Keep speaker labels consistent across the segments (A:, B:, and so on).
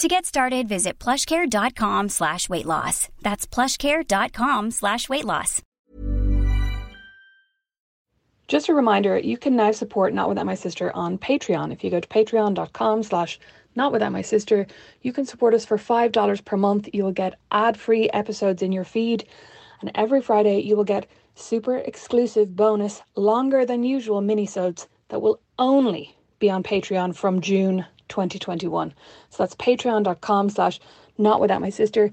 A: To get started, visit plushcare.com slash weight loss. That's plushcare.com slash weight loss.
B: Just a reminder, you can now support Not Without My Sister on Patreon. If you go to patreon.com slash not without my sister, you can support us for $5 per month. You'll get ad-free episodes in your feed. And every Friday, you will get super exclusive bonus, longer than usual minisodes that will only be on Patreon from June 2021. So that's patreon.com slash not without my sister.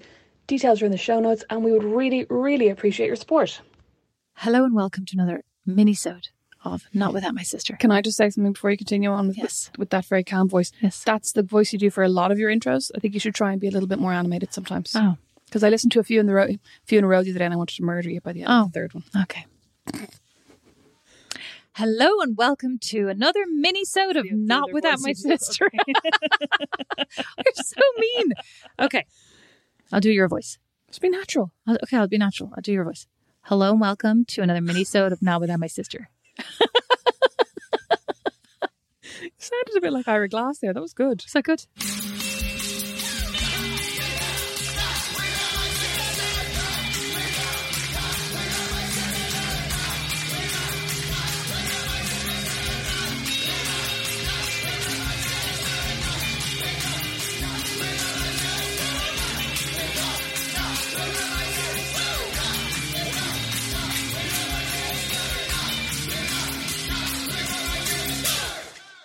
B: Details are in the show notes, and we would really, really appreciate your support.
C: Hello and welcome to another mini-sode of Not Without My Sister.
B: Can I just say something before you continue on with,
C: Yes.
B: with that very calm voice?
C: Yes.
B: That's the voice you do for a lot of your intros. I think you should try and be a little bit more animated sometimes.
C: Oh,
B: Because I listened to a few in the row, few in a row the other day, and I wanted to murder you by the end
C: oh,
B: of the third one.
C: Okay. Hello and welcome to another mini-sode of Not Without My Sister. You're so mean. Okay, I'll do your voice.
B: Just be natural.
C: I'll, okay, I'll be natural. I'll do your voice. Hello and welcome to another mini-sode of Not Without My Sister.
B: You sounded a bit like Ira Glass there. That was good.
C: Is that good?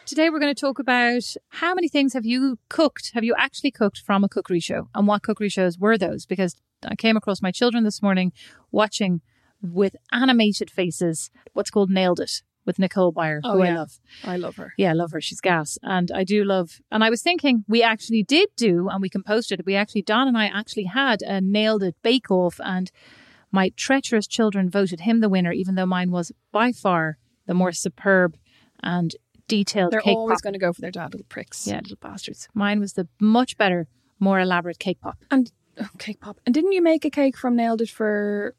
C: Today we're going to talk about how many things have you cooked? Have you actually cooked from a cookery show? And what cookery shows were those? Because I came across my children this morning watching with animated faces what's called Nailed It with Nicole Byer,
B: Oh,
C: who I
B: yeah.
C: love.
B: I love her.
C: Yeah, I love her. She's gas. And I do love, and I was thinking we actually did do, and we can post it. We actually, Don and I actually had a nailed it bake off, and my treacherous children voted him the winner, even though mine was by far the more superb and detailed
B: They're
C: cake
B: always
C: pop.
B: going to go for their dad, little pricks.
C: yeah, little bastards. Mine was the much better, more elaborate cake pop.
B: And oh, cake pop. And didn't you make a cake from Nailed It for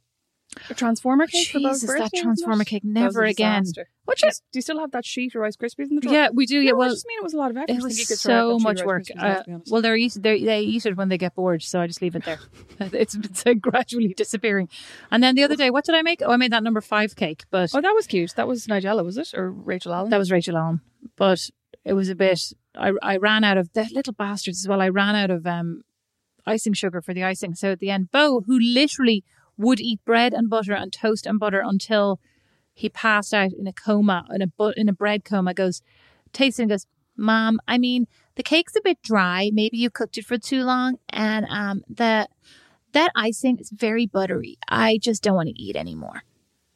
B: a Transformer cake? for Bob's
C: Jesus, that
B: birthday,
C: Transformer
B: wasn't it?
C: cake,
B: That was a
C: never again.
B: disaster.
C: What
B: Do
C: you?
B: you, do you still have that sheet of Rice Krispies in the drawer?
C: Yeah, we do.
B: No,
C: Yeah,
B: I
C: well,
B: just mean it was a lot of effort.
C: It
B: I think you
C: was
B: could throw out
C: so
B: that sheet of
C: much
B: Rice
C: work.
B: Krispies now,
C: Uh,
B: to be honest.
C: well, they're used, they they eat it when they get bored, so I just leave it there. it's it's uh, gradually disappearing. And then the other day, what did I make? Oh, I made that number five cake, but
B: oh, that was cute. That was Nigella, was it, or Rachel Allen?
C: that was Rachel Allen. But it was a bit. I I ran out of the little bastards as well. I ran out of um icing sugar for the icing. So at the end, Bo, who literally would eat bread and butter and toast and butter until he passed out in a coma in a bu- in a bread coma, goes tastes it and goes, "Mom, I mean the cake's a bit dry. Maybe you cooked it for too long, and um the that icing is very buttery. I just don't want to eat anymore."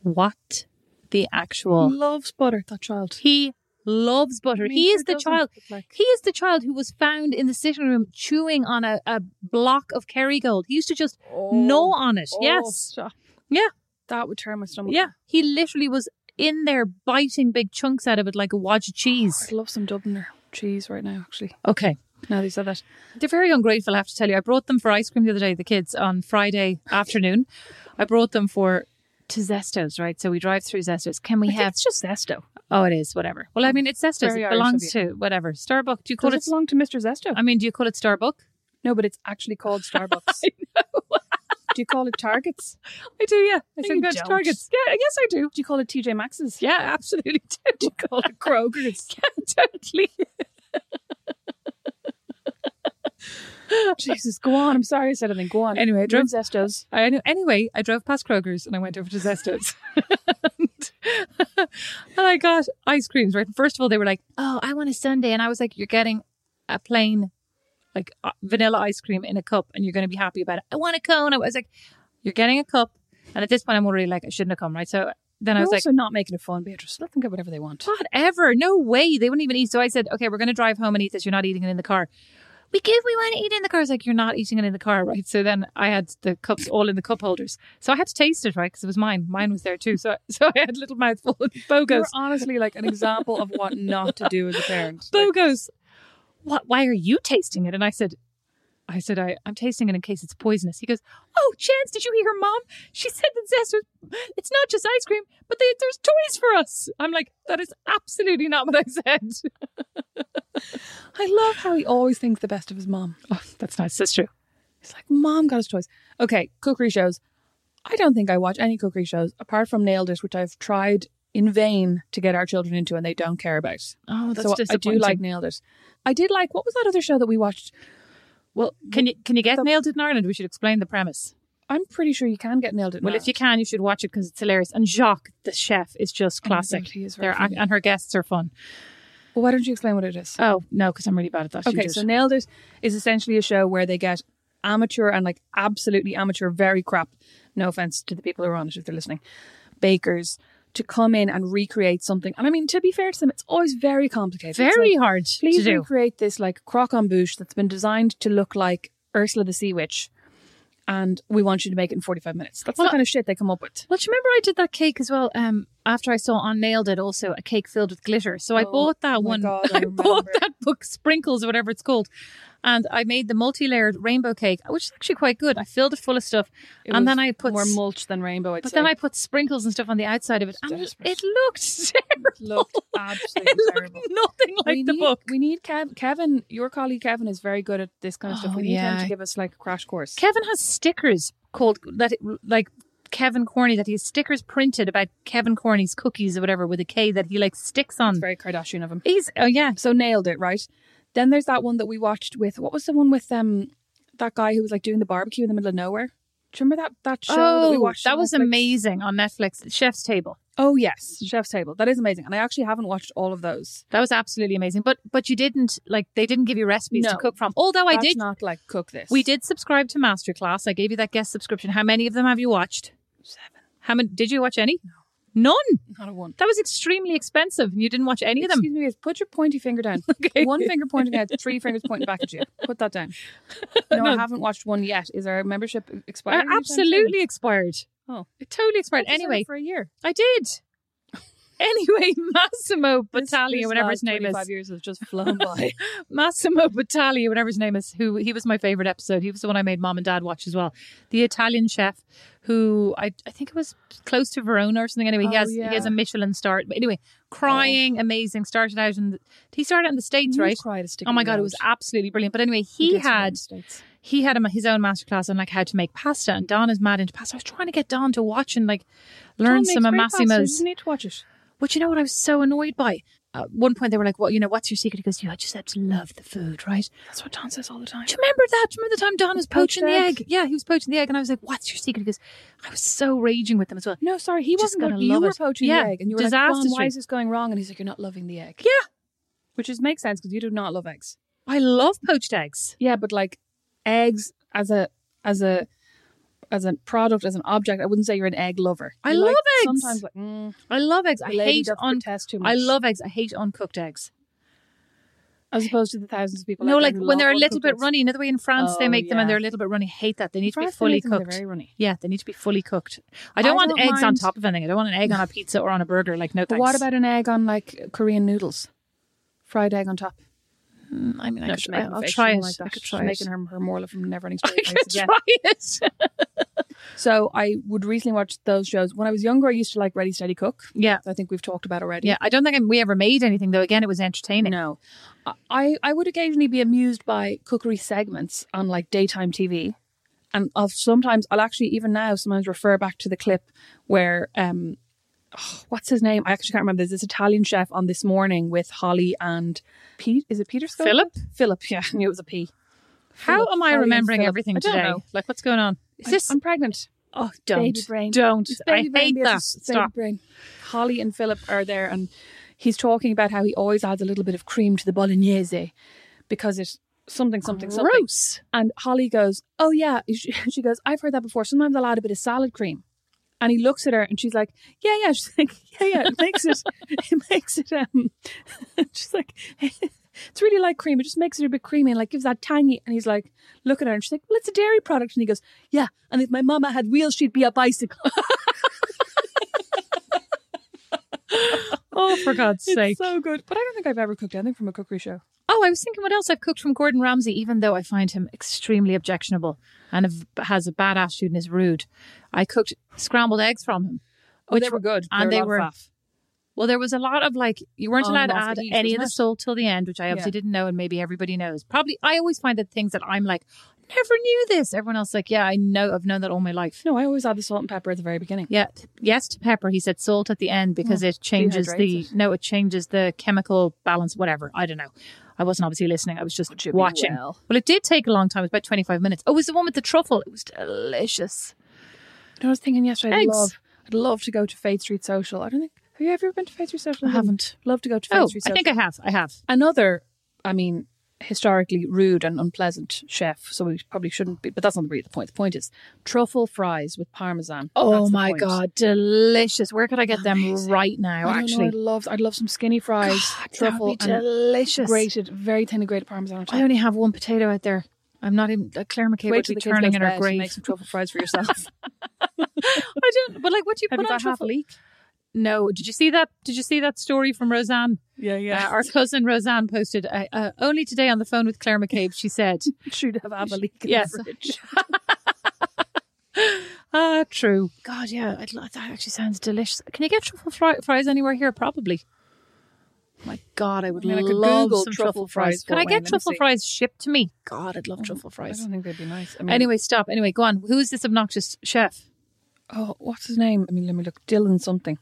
C: What the actual
B: loves butter. That child.
C: he loves butter.
B: I mean,
C: he
B: who
C: is the
B: doesn't?
C: child.
B: But, like-
C: He is the child who was found in the sitting room chewing on a, a block of Kerrygold. He used to just gnaw on it.
B: Oh,
C: yes.
B: stop.
C: Yeah.
B: That would turn my stomach.
C: Yeah. He literally was in there biting big chunks out of it like a wad of cheese.
B: I'd love some Dubliner cheese right now. Actually,
C: Okay. Now they said that. They're very ungrateful, I have to tell you. I brought them for ice cream the other day, the kids, on Friday afternoon. I brought them for to Zesto's, right? So we drive through Zesto's. Can we have
D: it's just Zesto.
C: Oh, it is, whatever. Well, I mean it's Zesto's.
D: very
C: It
D: Irish of
C: belongs
D: you.
C: to whatever. Starbuck. Do you call
D: Does it
C: it
D: belong to Mr. Zesto?
C: I mean, do you call it Starbuck?
D: no, but it's actually called Starbucks. do you call it Targets?
C: I do, yeah. I
D: No,
C: think
D: you
C: that's
D: don't.
C: targets. Yeah, yes I do.
D: Do you call it TJ Maxx's?
C: Yeah, absolutely do.
D: Do you call it Kroger's?
C: totally.
D: Jesus, go on. I'm sorry I said anything. Go on.
C: Anyway, I
D: You're
C: drove-
D: in Zesto's.
C: I know. Anyway, I drove past Kroger's and I went over to Zesto's. and I got ice creams, right? First of all, they were like, oh, I want a sundae. And I was like, you're getting a plain, like uh, vanilla ice cream in a cup and you're going to be happy about it. I want a cone. I was like, you're getting a cup. And at this point, I'm already like, I shouldn't have come, right? So then I
D: You're
C: was like,
D: also not making it fun, Beatrice. Let them get whatever they want.
C: whatever. No way. They wouldn't even eat. So I said, okay, we're going to drive home and eat this. You're not eating it in the car. We give, we want to eat it in the car. I was like, you're not eating it in the car, right? So then I had the cups all in the cup holders. So I had to taste it, right? Because it was mine. Mine was there too. So, so I had a little mouthful of
D: You're
C: bogos.
D: honestly like an example of what not to do as a parent.
C: Bo goes, what, why are you tasting it? And I said, I said, I, I'm tasting it in case it's poisonous. He goes, Oh, Chance, did you hear her mom? She said that Zest was, it's not just ice cream, but they, there's toys for us. I'm like, That is absolutely not what I said.
D: I love how he always thinks the best of his mom.
C: Oh, that's nice. That's true.
D: It's like mom got us toys. Okay, cookery shows. I don't think I watch any cookery shows apart from Nailed It, which I've tried in vain to get our children into, and they don't care about.
C: Oh,
D: so I do like Nailed It. I did like what was that other show that we watched?
C: Well, can you can you get nailed it in Ireland? We should explain the premise.
D: I'm pretty sure you can get Nailed It.
C: Well, if you can, you should watch it because it's hilarious. And Jacques, the chef, is just
D: Oh my God,
C: classic.
D: he is very
C: They're-
D: funny.
C: and her guests are fun.
D: well, why don't you explain what it is?
C: Oh no, because I'm really bad at that. You
D: Okay,
C: do
D: so
C: it.
D: Nailed It is essentially a show where they get amateur and like absolutely amateur, very crap, no offense to the people who are on it if they're listening, bakers to come in and recreate something. And I mean, to be fair to them, it's always very complicated. It's
C: very
D: like,
C: hard
D: Please
C: to do.
D: recreate this like croc en bouche that's been designed to look like Ursula the Sea Witch. And we want you to make it in 45 minutes. That's the
C: Well,
D: kind of shit they come up with.
C: Well, do you remember I did that cake as well? Um, after I saw on Nailed It, also a cake filled with glitter. So I
D: Oh,
C: bought that
D: my
C: one.
D: God, I
C: I, bought
D: remember.
C: that book, Sprinkles or whatever it's called, and I made the multi-layered rainbow cake, which is actually quite good. I filled it full of stuff,
D: It
C: and
D: was
C: then I put
D: more
C: s-
D: mulch than rainbow. I'd
C: But
D: say.
C: then I put sprinkles and stuff on the outside of it, and it,
D: Desperate.
C: it looked terrible.
D: looked absolutely
C: it looked
D: terrible.
C: nothing like
D: we
C: the
D: need,
C: book.
D: We need Kev- Kevin, your colleague Kevin is very good at this kind of stuff.
C: Oh,
D: We need him
C: yeah.
D: to give us like a crash course.
C: Kevin has stickers called that, it, like Kevin Corney, that he has stickers printed about Kevin Corney's cookies or whatever with a K that he like sticks on.
D: It's very Kardashian of him.
C: He's oh yeah,
D: So nailed it, right? Then there's that one that we watched with what was the one with um that guy who was like doing the barbecue in the middle of nowhere? Do you remember that that show that we watched?
C: Oh, that
D: on
C: was
D: Netflix?
C: amazing on Netflix. Chef's Table.
D: Oh yes, Chef's Table. That is amazing. And I actually haven't watched all of those.
C: That was absolutely amazing. But but you didn't like they didn't give you recipes to
D: No.
C: cook from. Although Oh, I
D: That's
C: did
D: not like cook this.
C: we did subscribe to Masterclass. I gave you that guest subscription. How many of them have you watched?
D: seven,
C: How many did you watch any? None.
D: not a one.
C: That was extremely expensive and you didn't watch any of them.
D: Excuse me, guys, put your pointy finger down.
C: Okay.
D: One finger pointing out, three fingers pointing back at you. Put that down. No, I haven't watched one yet. Is our membership expiring?
C: Are
D: anytime
C: Uh, absolutely expired.
D: soon? Oh,
C: It totally expired.
D: Decided
C: Anyway,
D: for a year.
C: I did. Anyway, Massimo
D: This-
C: Battaglia,
D: this
C: whatever
D: last
C: his name is.
D: 25 years has just flown by.
C: Massimo Battaglia, whatever his name is, who he was my favorite episode. He was the one I made mom and dad watch as well. The Italian chef who I, I think it was close to Verona or something. Anyway, he
D: Oh,
C: has
D: yeah. Oh.
C: he has a Michelin star. But anyway, crying, amazing. Started out in the, he started out in the States,
D: You
C: right?
D: cried a stick
C: Oh
D: in
C: my
D: the
C: god, it
D: road.
C: was absolutely brilliant. But anyway,
D: You
C: he
D: did survive
C: had
D: the States.
C: he had a, his own masterclass on like how to make pasta and Don is mad into pasta. I was trying to get Don to watch and like learn
D: Tom
C: some
D: makes
C: of
D: great pasta. You
C: Massimo's
D: just need to watch it.
C: but you know what I was so annoyed by? At one point, they were like, "Well, you know, what's your secret?" He goes, "You just have to love the food, right?"
D: That's what Don says all the time.
C: Do you remember that? Do you remember the time Don was
D: Poached
C: poaching the
D: egg.
C: egg? Yeah, he was poaching the egg, and I was like, "What's your secret?" He goes, "I was so raging with them as well."
D: No, sorry, he
C: Just
D: wasn't.
C: gotta
D: Good. You
C: love
D: were
C: it.
D: poaching
C: Yeah,
D: the egg, and you were like,
C: disaster
D: "Don, why
C: street."
D: is this going wrong?" And he's like, "You're not loving the egg."
C: Yeah,
D: which is makes sense because you do not love eggs.
C: I love poached eggs.
D: Yeah, but like eggs as a as a as a product as an object, I wouldn't say you're an egg lover.
C: I
D: You're
C: love
D: like,
C: eggs.
D: Sometimes like mm,
C: I love eggs. I
D: the lady
C: hate
D: doth
C: on.
D: protest too much.
C: I love eggs. I hate uncooked eggs.
D: as opposed to the thousands of people.
C: no,
D: out there
C: like
D: who
C: when
D: love
C: they're a
D: all
C: little bit
D: cookies.
C: runny. Another way in France, they
D: Oh,
C: make them
D: yeah.
C: and they're a little bit runny. I hate that. They need to be
D: Fries, they
C: fully
D: make them, they're
C: cooked.
D: Very runny.
C: Yeah, they need to be fully cooked. I don't
D: I
C: want
D: don't
C: eggs on
D: mind-
C: top of anything. I don't want an egg on a pizza or on a burger. Like no,
D: But
C: thanks.
D: what about an egg on like Korean noodles? Fried egg on top.
C: Mm, I mean, I
D: No,
C: could,
D: she's making
C: I, will
D: fiction
C: try it.
D: Like that.
C: I could try
D: she's
C: it.
D: making her her Morla from Neverending
C: I
D: Story
C: could
D: again.
C: try it.
D: So I would recently watch those shows. When I was younger, I used to like Ready Steady Cook.
C: yeah,
D: I think we've talked about already.
C: yeah. I don't think we ever made anything though. Again, it was entertaining.
D: No, I I would occasionally be amused by cookery segments on like daytime TV, and I'll sometimes I'll actually even now sometimes refer back to the clip where um, oh, what's his name? I actually can't remember. There's this Italian chef on this morning with Holly and Pete. Is it Peter Scully?
C: Philip?
D: Philip. Yeah, I knew it was a P.
C: How
D: Philip,
C: am I
D: Holly and
C: remembering
D: Philip.
C: everything
D: I don't
C: today?
D: know.
C: Like, what's going on? Is this?
D: I'm pregnant.
C: oh, don't,
D: baby brain.
C: don't.
D: It's
C: I
D: baby brain,
C: hate
D: Beatrice.
C: that.
D: It's baby
C: Stop.
D: brain. Holly and Philip are there, and he's talking about how he always adds a little bit of cream to the bolognese because it's something, something, something.
C: Gross.
D: And Holly goes, "Oh yeah," she she goes, "I've heard that before. Sometimes I'll add a bit of salad cream." And he looks at her, and she's like, "Yeah, yeah." She's like, "Yeah, yeah." It makes it, it makes it. Um, she's like, "It's really like cream. It just makes it a bit creamy and like gives that tangy." And he's like, "Look at her," and she's like, "Well, it's a dairy product." And he goes, "Yeah." And if my mama had wheels, she'd be a bicycle.
C: Oh, for God's sake.
D: It's so good. But I don't think I've ever cooked anything from a cookery show.
C: Oh, I was thinking what else I've cooked from Gordon Ramsay, even though I find him extremely objectionable and a- has a bad attitude and is rude. I cooked scrambled eggs from him.
D: Oh, they were good.
C: And
D: They
C: they
D: were a
C: were.
D: lot of faff.
C: Well, there was a lot of like, you weren't
D: On
C: allowed to
D: and off
C: add
D: the heat,
C: any Oh,
D: wasn't
C: of the
D: it?
C: salt till the end, which I obviously
D: Yeah.
C: didn't know, and maybe everybody knows. Probably, I always find that things that I'm like, never knew this. Everyone else, is like, yeah, I know, I've known that all my life.
D: No, I always add the salt and pepper at the very beginning.
C: Yeah. Yes to pepper. He said salt at the end because it changes the
D: dehydrates
C: no, it changes the chemical balance, whatever. I don't know. I wasn't obviously listening. I was just
D: should be
C: watching.
D: well.
C: it did take a long time. It was about twenty five minutes. Oh, it was the one with the truffle. It was delicious.
D: You know, I was thinking yesterday. I'd
C: Eggs.
D: love, I'd love to go to Fade Street Social. I don't think. Have you ever been to Fade Street Social?
C: I haven't.
D: Love to go to Fade
C: Oh,
D: Street
C: I
D: Social.
C: think I have. I have.
D: Another, I mean, historically rude and unpleasant chef. So we probably shouldn't be. But that's not really the point. The point is truffle fries with parmesan. That's the point.
C: Oh delicious! Where could I get them right
D: I
C: now?
D: don't know,
C: Actually,
D: I'd love, I'd love some skinny fries, truffle,
C: that would be
D: and
C: delicious.
D: grated, very thinly grated parmesan. on top.
C: I only have one potato out there. I'm not even uh, Claire McCabe
D: Wait
C: would
D: till
C: be
D: the kids go
C: turning
D: to
C: in
D: bed
C: her
D: and
C: grave.
D: Make some truffle fries for yourself.
C: I don't. But like, what do you
D: Have you
C: put on
D: got half a
C: truffle?
D: leak?
C: No. Did you see that? Did you see that story from Roseanne?
D: Yeah,
C: Uh, our cousin Roseanne posted uh, uh, only today on the phone with Claire McCabe. She said,
D: should have had a leak in
C: Yes.
D: the fridge.
C: "Ah, true. God, yeah, I'd, li- that actually sounds delicious. Can you get truffle fry, fries anywhere here? Probably. My God, I would
D: I mean, I could
C: love
D: Google
C: some
D: truffle
C: truffle,
D: fries
C: fries.
D: for
C: Can I
D: Wayne, let
C: get
D: me
C: truffle
D: see.
C: fries shipped to me? Oh, God, I'd love truffle
D: I
C: fries.
D: don't think they'd be nice. I mean,
C: Anyway, stop. Anyway, go on. Who is this obnoxious chef?
D: oh, what's his name? I mean, let me look. Dylan something.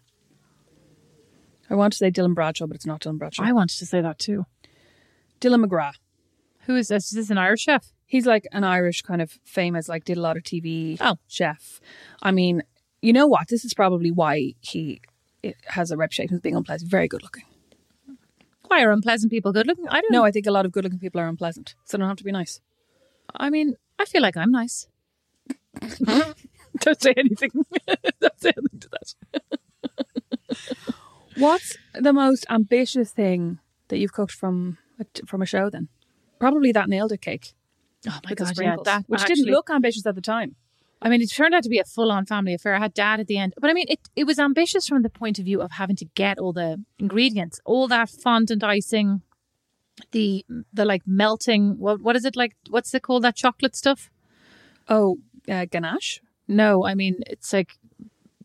D: I want to say Dylan Bradshaw, but it's not Dylan Bradshaw.
C: I wanted to say that too.
D: Dylan McGrath.
C: Who is this? Is this an Irish chef?
D: He's like an Irish kind of famous, like did a lot of TV
C: Oh.
D: chef. I mean, you know what? This is probably why he it has a reputation as being unpleasant. Very good looking.
C: Why are unpleasant people good looking? I don't
D: No,
C: know.
D: I think a lot of good looking people are unpleasant, so they don't have to be nice.
C: I mean, I feel like I'm nice.
D: Don't say anything. Don't say anything to that. What's the most ambitious thing that you've cooked from a, from a show? Then probably that nailed it cake
C: Oh
D: with
C: my
D: the
C: God, yeah,
D: sprinkles,
C: that
D: which
C: actually-
D: didn't look ambitious at the time.
C: I mean, it turned out to be a full on family affair. I had dad at the end, but I mean, it, it was ambitious from the point of view of having to get all the ingredients, all that fondant icing, the the like melting. What what is it like? What's it called? That chocolate stuff?
D: Oh, uh, ganache.
C: No, I mean it's like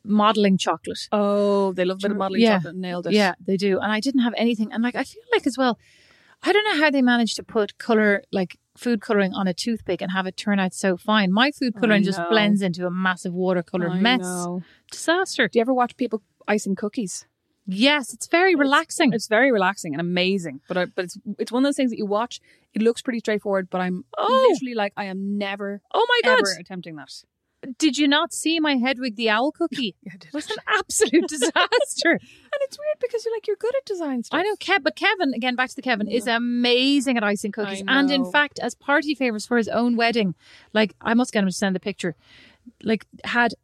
C: modeling chocolate.
D: Oh, they love a bit of modeling
C: Yeah.
D: chocolate. Nailed it.
C: Yeah, they do. And I didn't have anything. And like, I feel like as well, I don't know how they managed to put color, like food coloring on a toothpick and have it turn out so fine. My food
D: I
C: coloring just
D: know.
C: blends into a massive watercolor
D: I
C: mess.
D: know.
C: Disaster.
D: Do you ever watch people icing cookies?
C: Yes, it's very relaxing.
D: It's very relaxing and amazing, but I, but it's it's one of those things that you watch. It looks pretty straightforward, but I'm
C: Oh.
D: literally like I am never
C: oh my God.
D: ever attempting that.
C: Did you not see my Hedwig the Owl cookie?
D: Yeah, I did.
C: It was an absolute disaster.
D: And it's weird because you're like you're good at design stuff.
C: I know, Kev, but Kevin, again, back to the Kevin, is amazing at icing cookies.
D: I
C: And in
D: know.
C: fact, as party favors for his own wedding, like, I must get him to send the picture, like, had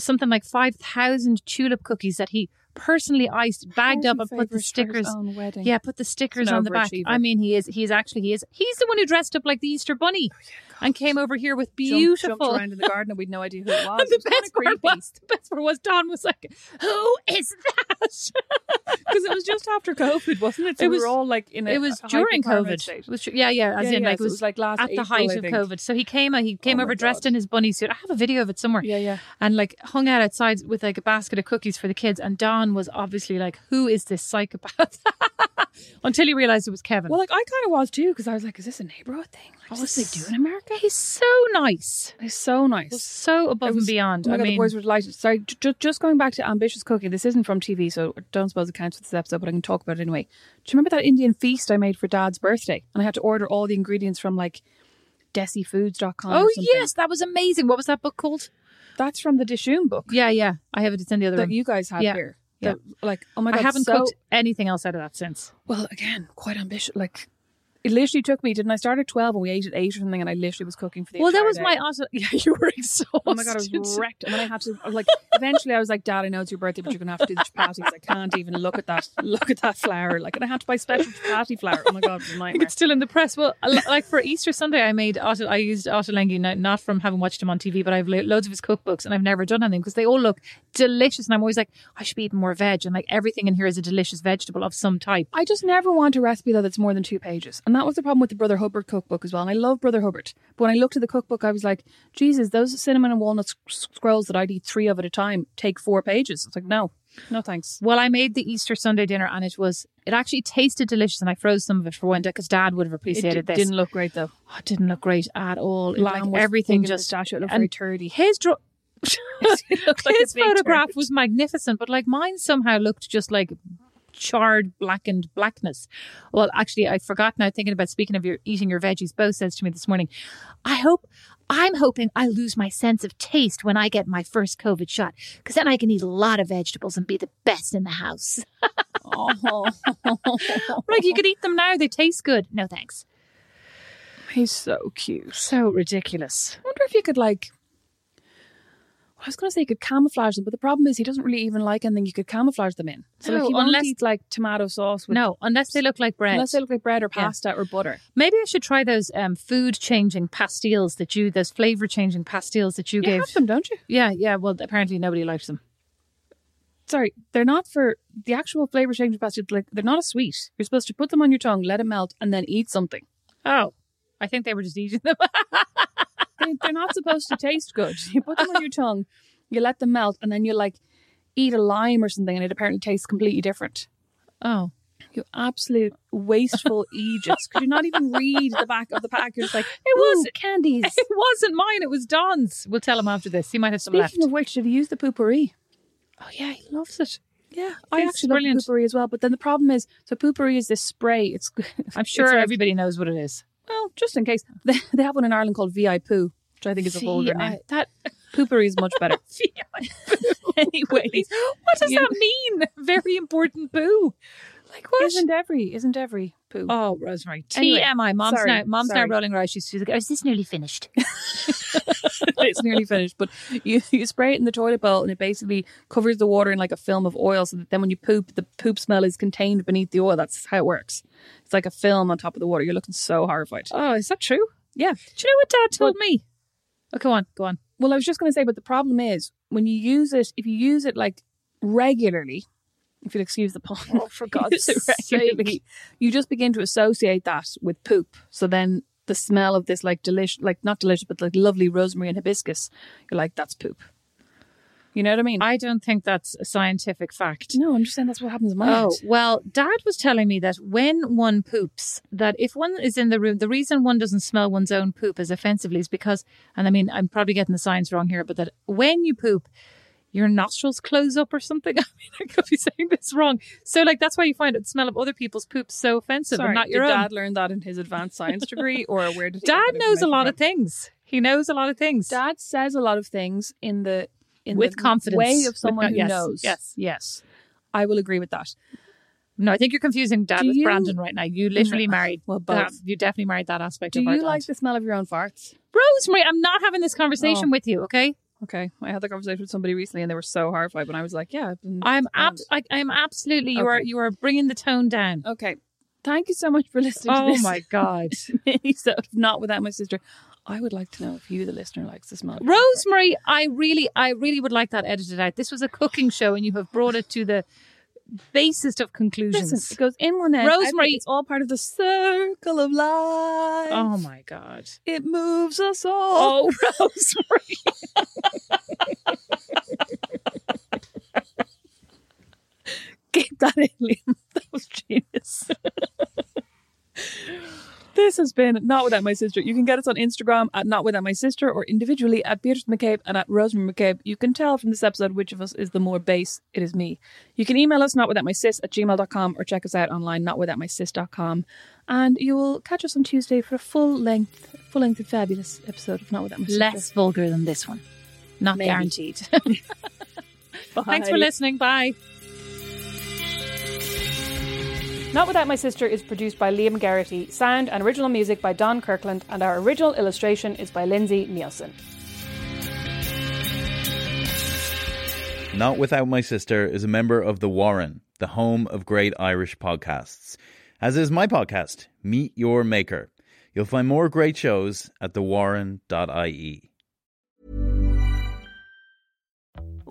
C: something like 5,000 tulip cookies that he personally iced, bagged up, and put the stickers. Yeah, put the stickers
D: an
C: on the back.
D: overachiever.
C: I mean, he is, he's actually, he is, he's the one who dressed up like the Easter Bunny
D: Oh,
C: and came over here with beautiful.
D: Jumped, around in the garden and we'd no idea who it was.
C: And the
D: It was kinda
C: best part
D: creepy.
C: was the best part was Don was like, "Who is that?" that.
D: because it was just after COVID, wasn't it? So
C: It
D: we
C: was-
D: were all like in a,
C: it was
D: a
C: during
D: hyper-paranoid
C: COVID.
D: state.
C: It was, yeah, yeah, as
D: Yeah,
C: in
D: yeah,
C: like
D: so
C: it was
D: like last
C: at the
D: April,
C: height
D: I
C: of
D: think. Oh
C: COVID. So he came, uh, he came over dressed in his bunny suit. I have a video of it somewhere.
D: Yeah, yeah.
C: And like hung out outside with like a basket of cookies for the kids. And Don was obviously like, "Who is this psychopath?" Until he realized it was Kevin.
D: Well, like I kind of was too because I was like, is this a neighborhood thing? Like, what do they do in America?
C: he's so nice,
D: It's so nice.
C: so
D: It
C: above
D: was-
C: and beyond.
D: oh my
C: I
D: God,
C: mean,
D: the boys were delighted. Sorry, ju- ju- just going back to ambitious cooking. This isn't from TV, so I don't suppose it counts for this episode, but I can talk about it anyway. Do you remember that Indian feast I made for Dad's birthday? And I had to order all the ingredients from like DesiFoods.com. or
C: oh
D: something.
C: yes, that was amazing. What was that book called?
D: that's from the Dishoom book
C: Yeah, yeah, I have it. It's in the other
D: that
C: room.
D: you guys have
C: Yeah,
D: here.
C: yeah.
D: The- like oh my god,
C: I haven't
D: so-
C: cooked anything else out of that since.
D: Well, again, quite ambitious. Like it literally took me. Didn't I start at twelve and we ate at eight or something? And I literally was cooking for the.
C: Well, that
D: entire
C: was
D: day.
C: my utter. Yeah, you were exhausted.
D: Oh my god, I was wrecked. And then I had to like eventually I was like, Dad, I know it's your birthday, but you're gonna have to do the chapati because I can't even look at that look at that flour. Like and I had to buy special chapati flour. Oh my god, it was a
C: I think
D: nightmare.
C: it's still in the press. Well, a lo- like for Easter Sunday, I made Otto, I used Otto Lengi not, not from having watched him on TV, but I've lo- loads of his cookbooks, and I've never done anything because they all look delicious, and I'm always like, I should be eating more veg, and like everything in here is a delicious vegetable of some type.
D: I just never want a recipe though that's more than two pages. And that was the problem with the Brother Hubbard cookbook as well. And I love Brother Hubbard. But when I looked at the cookbook, I was like, Jesus, those cinnamon and walnut s- scrolls that I'd eat three of at a time take four pages. It's like, no, no thanks.
C: Well, I made the Easter Sunday dinner, and it was it actually tasted delicious, and I froze some of it for one day because Dad would have appreciated
D: it
C: this.
D: didn't look great though.
C: Oh, it didn't look great at all. It,
D: Lamb
C: like
D: was
C: everything
D: big in
C: just
D: pistachio. It looked
C: and
D: very turdy.
C: His draw.
D: It looked like a
C: his
D: big
C: photograph
D: turd.
C: was magnificent, but like mine somehow looked just like charred, blackened blackness. Well, actually, I forgot now. Thinking about speaking of your eating your veggies, Bo says to me this morning, "I hope." I'm hoping I lose my sense of taste when I get my first COVID shot, because then I can eat a lot of vegetables and be the best in the house. like you could eat them now; they taste good. No thanks.
D: He's so cute.
C: So ridiculous.
D: I wonder if you could like. I was going to say you could camouflage them, but the problem is he doesn't really even like anything you could camouflage them in. So like
C: No,
D: he won't
C: unless-
D: eat like tomato sauce with
C: No, unless they look like bread.
D: unless they look like bread or
C: Yeah.
D: pasta or butter.
C: Maybe I should try those um, food changing pastilles that you, those flavor changing pastilles that you
D: You
C: gave.
D: have them, don't you?
C: Yeah, yeah. Well, apparently nobody likes them.
D: Sorry, they're not for the actual flavor changing pasta. Like they're not a sweet. You're supposed to put them on your tongue, let it melt, and then eat something.
C: Oh, I think they were just eating them.
D: They, they're not supposed to taste good. You put them on your tongue, you let them melt, and then you like eat a lime or something, and it apparently tastes completely different.
C: oh,
D: You absolute wasteful aegis. Could you not even read the back of the pack? You're just like,
C: It
D: it
C: was-
D: was candies.
C: it wasn't mine. It was Don's. We'll tell him after this. He might have some
D: Speaking
C: left.
D: of which, did you use the poopery?
C: oh yeah, he loves it.
D: Yeah, I
C: It's
D: actually
C: brilliant.
D: love the poopery as well. But then the problem is, so poopery is this spray. It's
C: I'm
D: it's
C: sure
D: like-
C: everybody knows what it is.
D: well, just in case they, they have one in Ireland called VI poo, which I think is a vulgar
C: VI
D: name. That poopery is much better. anyway,
C: what does
D: You-
C: that mean? Very important boo. Like what?
D: isn't every isn't every poo?
C: Oh, Rosemary.
D: Anyway,
C: TMI. Mom's
D: sorry,
C: now. Mom's
D: sorry.
C: now rolling her eyes. She's, she's like, "Oh, "Is this nearly finished?"
D: it's nearly finished, but you, you spray it in the toilet bowl and it basically covers the water in like a film of oil so that then when you poop, the poop smell is contained beneath the oil. That's how it works. It's like a film on top of the water. You're looking so horrified.
C: oh, is that true?
D: Yeah.
C: Do you know what Dad told me? Oh, go on, go on.
D: Well, I was just going to say, but the problem is when you use it, if you use it like regularly, if you'll excuse the pun, oh, for
C: God's sake.
D: you just begin to associate that with poop. So then the smell of this like delicious, like not delicious, but like lovely rosemary and hibiscus, you're like, that's poop. You know what I mean?
C: I don't think that's a scientific fact.
D: No, I'm just saying that's what happens in my
C: Oh, well, dad was telling me that when one poops, that if one is in the room, the reason one doesn't smell one's own poop as offensively is because, and I mean, I'm probably getting the science wrong here, but that when you poop, your nostrils close up or something. I mean, I could be saying this wrong. So, like, that's why you find the smell of other people's poop so offensive
D: Sorry,
C: and not your
D: did
C: own.
D: dad learn that in his advanced science degree, or where did he get
C: Dad
D: that
C: knows a lot of
D: information
C: things. He knows a lot of things.
D: from? Dad says a lot of things in the in
C: with
D: the
C: confidence.
D: way of
C: With
D: someone
C: con-
D: who
C: yes,
D: knows.
C: Yes, yes.
D: I will agree with that.
C: No, I think you're confusing Dad
D: Do
C: with
D: you-
C: Brandon right now. You literally married.
D: Well,
C: that-
D: both.
C: you definitely married that aspect
D: Do
C: of
D: you
C: our
D: like
C: dad.
D: the smell of your own farts?
C: Rosemary, I'm not having this conversation
D: Oh.
C: with you, okay?
D: Okay, I had that conversation with somebody recently, and they were so horrified when I was like, "Yeah." I've been-
C: I'm ab-
D: And-
C: I, I'm absolutely you are
D: Okay.
C: you are bringing the tone down.
D: okay. Thank you so much for listening. to
C: Oh
D: this
C: my god.
D: mini-sode of Not without my sister. I would like to know if you, the listener, likes the smell. of your own farts.
C: Rosemary, I really I really would like that edited out. This was a cooking show and you have brought it to the
E: basest of conclusions.
C: Listen, it goes in one end. I think
E: Rosemary-
C: It's all part of the circle of life.
E: oh my god.
C: It moves us all.
E: Oh, Rosemary.
C: Keep that in, Liam. That was genius. this has been Not Without My Sister. You can get us on Instagram at Not Without My Sister or individually at Beatrice McCabe and at Rosemary McCabe. You can tell from this episode which of us is the more base. It is me. You can email us notwithoutmysis at gmail.com or check us out online, notwithoutmysis.com. And you will catch us on Tuesday for a full length, full length and fabulous episode of Not Without My Sister.
E: Less vulgar than this one. Not
C: Maybe.
E: guaranteed. Thanks
C: Thanks
E: for listening. Bye.
C: Not Without My Sister is produced by Liam Garrity, sound and original music by Don Kirkland, and our original illustration is by Lindsay Nielsen.
F: Not Without My Sister is a member of The Warren, the home of great Irish podcasts, as is my podcast, Meet Your Maker. You'll find more great shows at thewarren.ie.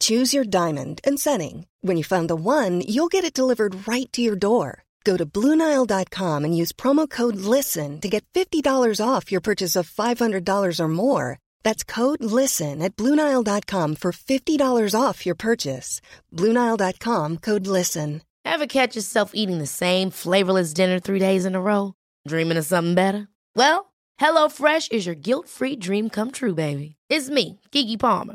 D: Choose your diamond and setting. When you find the one, you'll get it delivered right to your door. Go to Bluenile.com and use promo code LISTEN to get $50 off your purchase of $500 or more. That's code LISTEN at Bluenile.com for $50 off your purchase. Bluenile.com code LISTEN.
G: Ever catch yourself eating the same flavorless dinner three days in a row? Dreaming of something better? Well, HelloFresh is your guilt free dream come true, baby. It's me, Gigi Palmer.